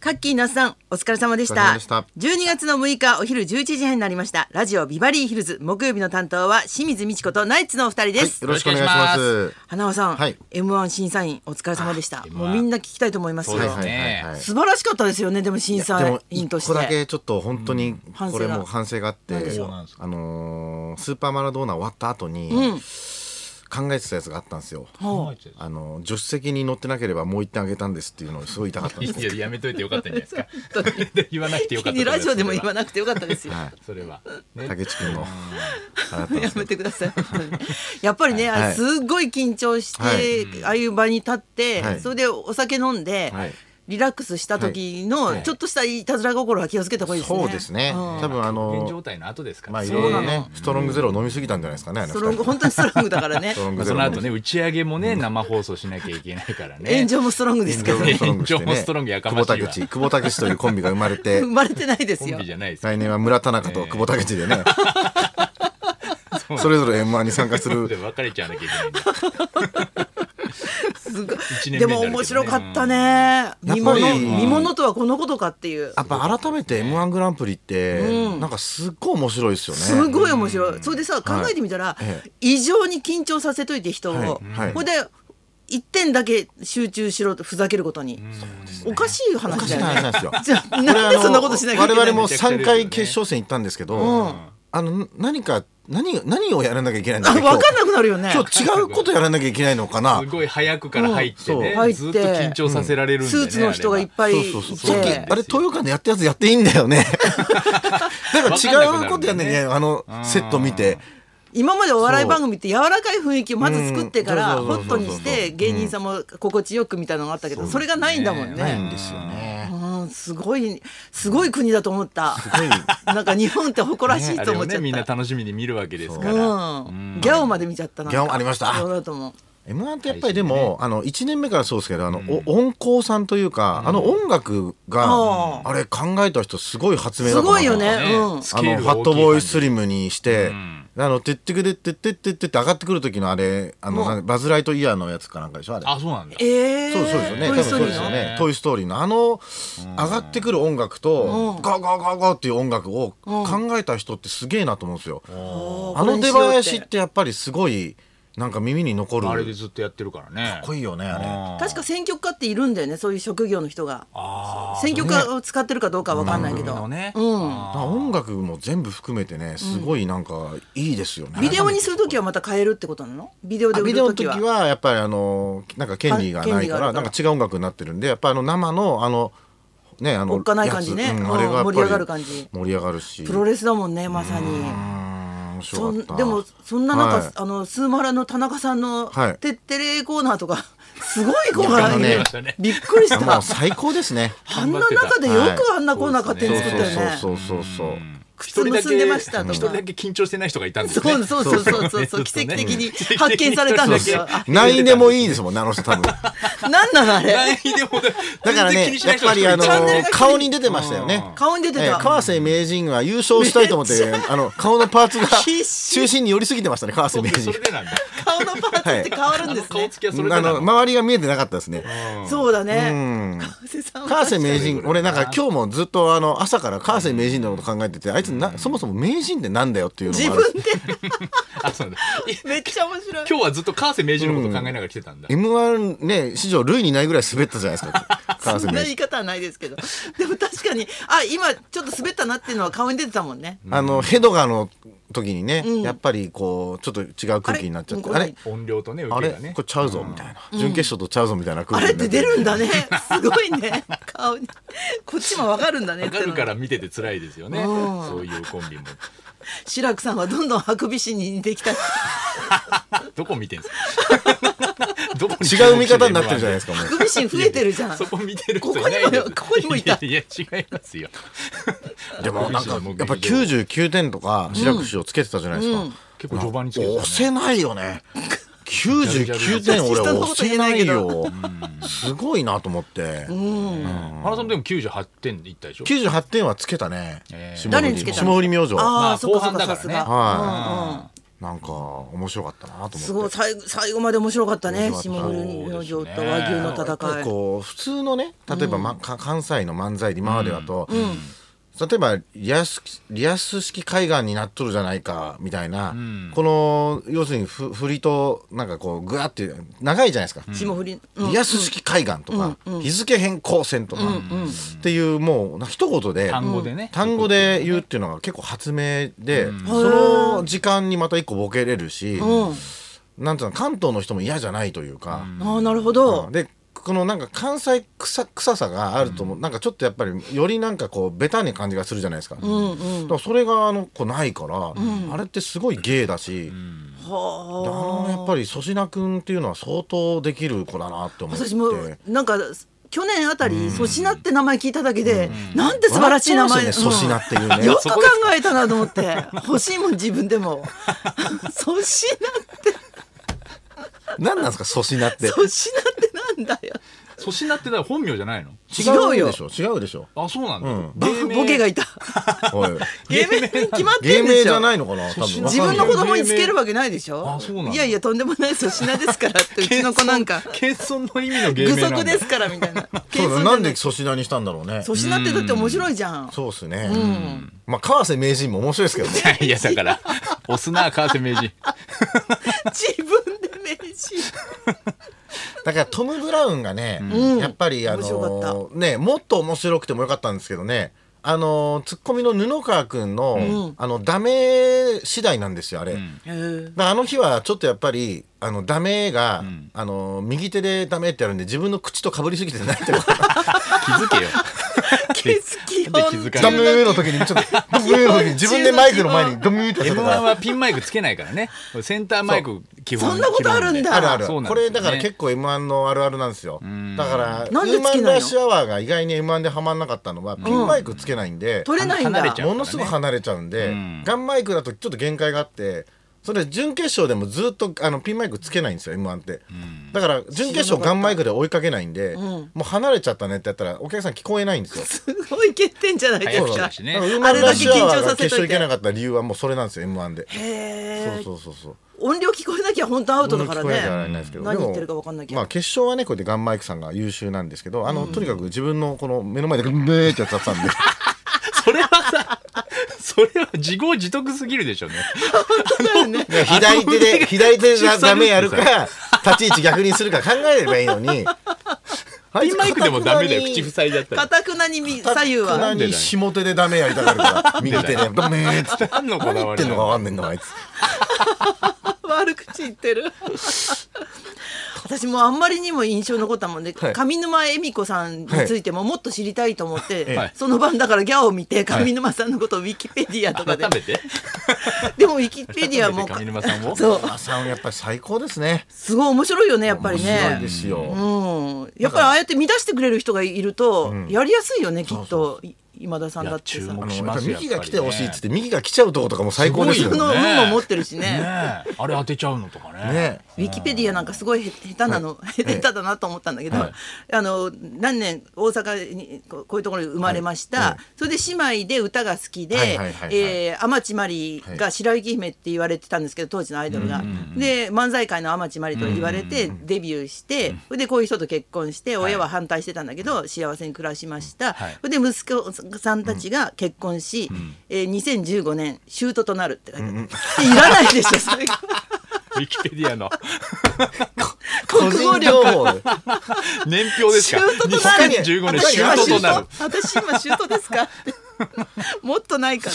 カッキー那須さんお疲れ様でしお疲れた様でした12月の6日お昼11時半になりましたラジオビバリーヒルズ木曜日の担当は清水美智子とナイツのお二人ではい、す、よろしくお願いしまよす。花輪さん、はい M1 審査員お疲れ様でしたあ M1 もうみんな聞きたいと思いますよ、そうですはいはいはいはい素晴らしかったですよねでも審で査も員と一し個だてけちょっと本当に反省こがれも反省があって、何でしょうあのースーパーマラドーナ終わった後にうん考えてたやつがあったんですよ。ほうあの助手席に乗ってなければもう一点あげたんですっていうのをすごい痛かったんいでやす。いややめといてよかったんじゃないですか 言わなくてよかったと思 いますラジオでも言わなくてよかったですよ、はそれはねい、竹地君のあれだったんでやすけめどてください本当にやっぱりね、はいあすっごい緊張して、はいああいう場に立って、はいそれでお酒飲んで、はいリラックスした時はのいちょっとしたいたずら心は気をつけた方がいいですね。そうですね。うん多分あ人間の状ー態の後ですからまあいねろいろそうなねストロングゼロ飲みすぎたんじゃないですかね。あのスト二人ロング本当にストロングだからね ス。トロンまグあゼそロの飲み後ね打ち上げもね生放送しなきゃいけないからね 炎上もストロングですけどね。ストロングして炎上もストロングやかましいわ久保田口久保田口というコンビが生まれ て生まれてないですコンよビ。じゃないですか来年は村田中と久保田口でね、それぞれ M1 に参加すでる別れちゃわなきゃいけないんだすごい一年目でもになるけど面白ねかったね。見物やっぱり見物とはこのことかっていうや。っぱ改めて m 1グランプリって、なんかすっごい面白いですよね。すごい面白い。それでさ考えてみたらええ異常に緊張させといて人はいをはい。ほいで一点だけ集中しろとふざけることに。おかしいおか話しだなよ話なねん。ですよ。じゃあなんでそんなことしなきゃいけないの我々も3回決勝戦行ったんですけど、うんあの何か何何をやらなきゃいけないんだあっけ分かんなくなるよね。今日今日違うことやらなきゃいけないのか なす。ごい早くから入ってうねんそうずっと緊張させられるんでスねーツの人がいっぱいいそうそうてそう。さっきであれ東洋館でやったやつやっていいんだ よね。だから違うことやんなきゃいけないあのセット見て。今までお笑い番組って柔らかい雰囲気をまず作ってからうんホットにして芸人さんも心地よくみたいなのがあったけどそれがないんだもんないんね。ですよね。うんすごいすごい国だと思った。すごいなんか日本って誇らしいあとれ思をっちゃねみんなった。楽しみに見るわけですうからん、ギャオまで見ちゃったな。ギャオありましたそうだと思う。 M1 ってやっぱりでも、あの1年目からそうですけどあの、お音工さんというか、あの音楽あがあれ考えた人すごい発明すだと思うごいよね。ねうん。スあケーのルフがァッ大きい感じトボーイスリムにして、うんあのてってくでってってってってって上がってくる時のあれあものうなんバズ・ライトイヤーのやつかなんかでしょあれあそうなんだええー。そうそうですよね。ト多イ分ストそーリうーですのよねうん。トイストーリーのあの上がってくる音楽とうんガーガーガーガーっていう音楽を考えた人ってすげえなと思うんですよ。おーあの出これ囃にし子ようってやっぱりすごいなんか耳に残る。あれでかずっとやってるからねっこいいよねあれ。確か選曲家っているんだよねそういう職業の人があ選曲家を使ってるかどうかは分かんないけあど、のねうん、だから音楽も全部含めてねすごいなんかいいですよね。ビデオにする時はまた変えるってことなのビデオであ売ビるデオの時時ははやっぱりあのなんか権利があな権利いがかあるかららなんか違う音楽になってるんでやっぱあの生のあのねあのおっかない感じねやつうんうんあれがやっぱり盛り上がる感じ盛り上がるしプロレスだもんねまさにうん面白そかんったでもそんな中、はいあのスーマラの田中さんのはいてってれコーナーとかすごいコーナーに、いやありましたねびっくりしもたう最高で すねあんな中でよくあんなコーナー勝手そにう作ったよね、そうそうそうそう靴結んでましたとか一人だけ緊張してない人がいたんですそうね。そうそうそうそうそう奇跡的に発見されたんそだうそけうどあ何でもいいですもんねあの人多分だ何なのあれ何でもだからねやっぱりあの顔に出てましたよね顔に出てた、ええ川瀬名人は優勝したいと思ってあの顔のパーツが 必死中心に寄りすぎてましたね川瀬名そ人れでなんだ。顔のパーツって変わるんですね、顔つきはそれあでの周りが見えてなかったですねそうだうね。ん川瀬さんは川瀬 名人俺なんか今日もずっとあの朝から川瀬名人のこと考えててあいつなそもそも名人ってなんだよっていうの自もある分であ、そうだ。めっちゃ面白い。今日はずっと川瀬名人のこと考えながら来てたんだ。 M1 ね、史上類にないぐらい滑ったじゃないですか。 川そ瀬んな名言い人。方はないですけど。でも確かに、あ、今ちょっと滑ったなっていうのは顔に出てたもんね。あの、ヘドガーの時にね、やっぱりこう、ちょっと違う空気になっちゃって、ああれれ音量とね、あ受れけがねこ。れちゃうぞ、みたいな。準決勝とちゃうぞ、みたいなあ空気れっになてって出るんだね。すごいね。顔に。こっちもわかるんだねっわてかいうのるが。から見てて辛いですよね。そういうコンビも。志らくさんはどんどんハクビシンに似てきた。ハどこ見てんすかどこ違う見方になってるじゃないですか。か、 もう。クビシン増えてるじゃんそ。こ見てるいや、違いますよ。でもなんか、やっぱ99点とか、志らく師匠つけてたじゃないですか。結構序盤につけてたね押せないよね。99点俺 押せないよ。すごいなと思って。原さんでも98点いったでしょ98点はつけたねえ。ー霜降誰りにつけたの霜降り明星。あまあ、あそっかそっ後か、さ半だからすねが。はなんか面白かったなと思ってすごい最後最後まで面白かったね面白下かったの城とそうですね和牛のやっぱ戦りいこう普通のね例えば、まか関西の漫才で今までだと、例えばリアスリアス式海岸になっとるじゃないかみたいな、んこの要するにふ振りとなんかこうグワって長いじゃないですか。霜降りうんリアス式海岸とか、日付変更線とか、っていうもうな一言で単語でね単語で言うっていうのが結構発明で、その時間にまた一個ボケれるし、なんていうの関東の人も嫌じゃないというか。ああなるほど、でこのなんか関西臭臭さがあると思う、なんかちょっとやっぱりよりなんかこうベタに感じがするじゃないですか,、だからそれがあのこうないから、あれってすごい芸だし、あはのやっぱり粗品君っていうのは相当できる子だなっあて思って私もなんか去年あたり粗品って名前聞いただけで、なんて素晴らしい名前笑っちゃいますよね粗品っていうねよく考えたなと思って欲しいもん自分でも粗品何なんですか粗品って粗品ってなんだよ粗品ってだから本名じゃないの違うよでしょ違うで しょあそうなんだ、うんボ芸名ボケがいたおい芸名に決まって芸んで名しじゃょないのかな多分自分のわかん子ない供につけるわけないでしょあそうなんだいやいやとんでもない粗品ですからってうちの子なんか謙遜謙遜の意味の芸具名なんだ足ですからみたいなそうだ謙遜じゃなんで粗品にしたんだろうね粗品ってだって面白いじゃんそうですね、まあ川瀬名人も面白いですけどねいやだから押すな川瀬名人自分で名刺だからトム・ブラウンがね、やっぱりあ面白かのねもっと面白くてもよかったんですけどねあのツッコミの布川君の、あのダメ次第なんですよあれ、へーだからあの日はちょっとやっぱりあのダメが、あの右手でダメってやるんで自分の口とかぶりすぎてないってこと気づ けよ気づきなんで気づかダないメの時にちょっとダメの時に自分でマイクの前にダメってやった M1 からはピンマイクつけないからねセンターマイク基本そんなことあるんだあるある、そうなんこですよれねだから結構 M1 のあるあるなんですよ。だから、なんでウーつマけないンのラッシュアワーが意外に M1 でハマんなかったのは、ピンマイクつけないんで、取れないん離れだちゃうものすごい離れちゃうんで、んガンマイクだとちょっと限界があって、それ準決勝でもずっとあのピンマイクつけないんですよ、M1 って。だから、準決勝ガンマイクで追いかけないんで、もう離れちゃったねってやったら、お客さん聞こえないんですよ。すごい欠点じゃないです早口かだしだねからウーマあンれラッだけシ緊ュアワー張がさ決せと勝い行けなてかった理由はもうそれなんですよ、M1 で。へーそうそうそうそう。音量聞こえなきゃ本当アウトだから聞こえてはられないねですけど何言ってでるかも分かんなきまゃあ決勝はねこうやってガンマイクさんが優秀なんですけどあの、とにかく自分のこの目の前でグンベーってやっちゃったんでそれはさそれは自業自得すぎるでしょうねそうだよ ねいや左手で左手で出産ダメやるか立ち位置逆にするか考えればいいのに ピンマイクでもダメだよ口塞いじゃっ たからたくなに み左右は 何下手でダメやりたがるか ら右手でダメーっつって何のこ何だ言わってりんなのか分かのんねえんだもん あいつ悪口言って る私もあんまりにも印象残ったもんで、はい上沼恵美子さんについてももっと知りたいと思って、はいその晩だからギャオを見て上沼さんのことをウィキペディアとかで、改めてでもウィキペディアも改めて上沼さんをそうあさんやっぱり最高ですねすごい面白いよねやっぱり面白いでね。すよ、うん、やっぱりああやって満たしてくれる人がいると、やりやすいよねきっとい今田さんだっていさや注あ目のしやっまぱすりよ右が来てほしいっつって右が来ちゃうとことかも最高です自よ分ねの運も持ってるしねね。えあれ当てちゃうのとかねねウィキペディアなんかすごいへ下手なの、下手だなと思ったんだけど、はいあの何年大阪にここういうところに生まれました、はいはいそれで姉妹で歌が好きではいはいはいはいえー天地真理が白雪姫って言われてたんですけど当時のアイドルが。で漫才界の天地真理と言われてデビューして、それでこういう人と結婚して親は反対してたんだけど、幸せに暮らしました、はいそれで息子さんたちが結婚し、えー2015年シュートとなるって書いてある、いらないでしょそ れがウィキペディアの個国語人力情報で年表ですかシュートとなる2015年私シュ今ーシュートとなるト私今シュートですか もっとないか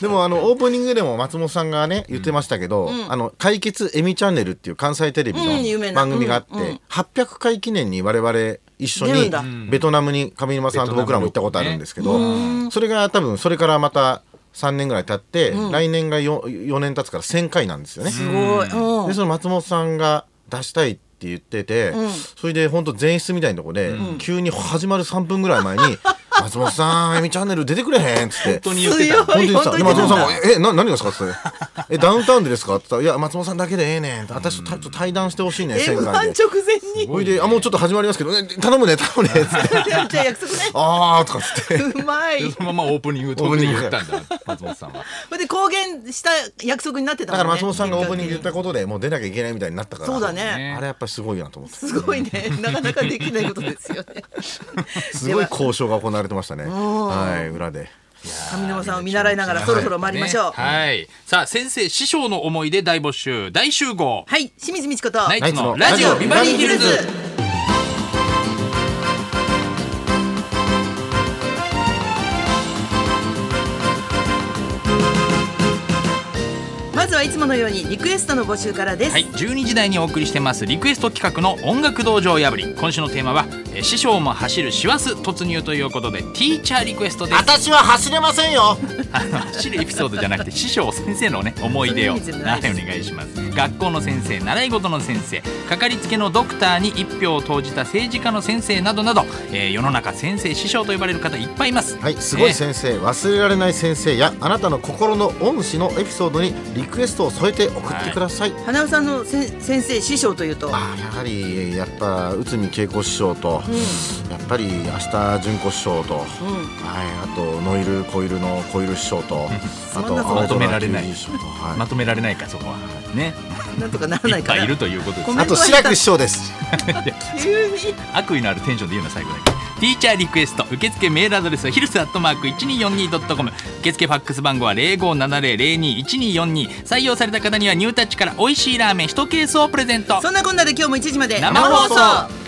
でもあのオープニングでも松本さんがね言ってましたけど、あの解決エミチャンネルっていう関西テレビうん有名のな番組があって、うんうん800回記念に我々一緒出るにんだベトナムに上沼さんと僕らも行ったことあるんですけど、それが多分それからまた3年ぐらい経って、来年が 4, 4年経つから1000回なんですよね。すごい、うんでその松本さんが出したいって言ってて、それで本当前室みたいなとこで、急に始まる3分ぐらい前に 松本さん、あゆみチャンネル出てくれへんっつって。本当に言ってた。強本い当にさ、本当でに松本さんも言っ、え、な、何がですかって言ってえ、ダウンタウンでですかって言ったら、いや、松本さんだけでええねんって。私とちょっと対談してほしいねん、 M1 戦直艦前で。 にほいで、あ、もうちょっと始まりますけど、ね頼むね、頼むね、っつって。じゃあじゃあ約束 ねあーとかっつって。うまいそのままオープニングトークで言ったんだ、松本さんは。ほんで公言した約束になってただもんからね松本さんがオープニング言ったことでもう出なきゃいけないみたいになったからそうだねあれやっぱりすごいなと思ってすごいねなかなかできないことです よねすごい交渉が行われてましたねはい裏で上沼さんを見習いながらそろそろ参りましょうはい、はい。さあ、先生、師匠の思い出大募集、大集合。清水美智子とナイツのナライツジのオビバリーヒルズ。まずはいつものようにリクエストの募集からです、はい、12時台にお送りしてますリクエスト企画の音楽道場破り今週のテーマは、えー師匠も走る師走突入ということでティーチャーリクエストです私は走れませんよあの走るエピソードじゃなくて師匠先生のね思い出をそういう意味じゃなはいいですお願いします学校の先生習い事の先生かかりつけのドクターに一票を投じた政治家の先生などなど、えー世の中先生師匠と呼ばれる方いっぱいいますはいすごいね先生忘れられない先生やあなたの心の恩師のエピソードにリクエストを添えて送ってください花尾さんのせん先生師匠というとあーやはりやっぱ内海恵子師匠とやっぱり明日純子師匠とはいあとノイルコイルのコイル師匠とあそんなこと青求めら空れない球師匠とはいまとめられないかそこはねなんとかならいなっいかぱないいるということですごめんあと志らく師匠です急に悪意のあるテンションで言うの最後だけティーチャーリクエスト受付メールアドレスはヒルスアットマーク 1242.com 受付ファックス番号は0570021242採用された方にはニュータッチから美味しいラーメン1ケースをプレゼントそんなこんなで今日も1時まで生放送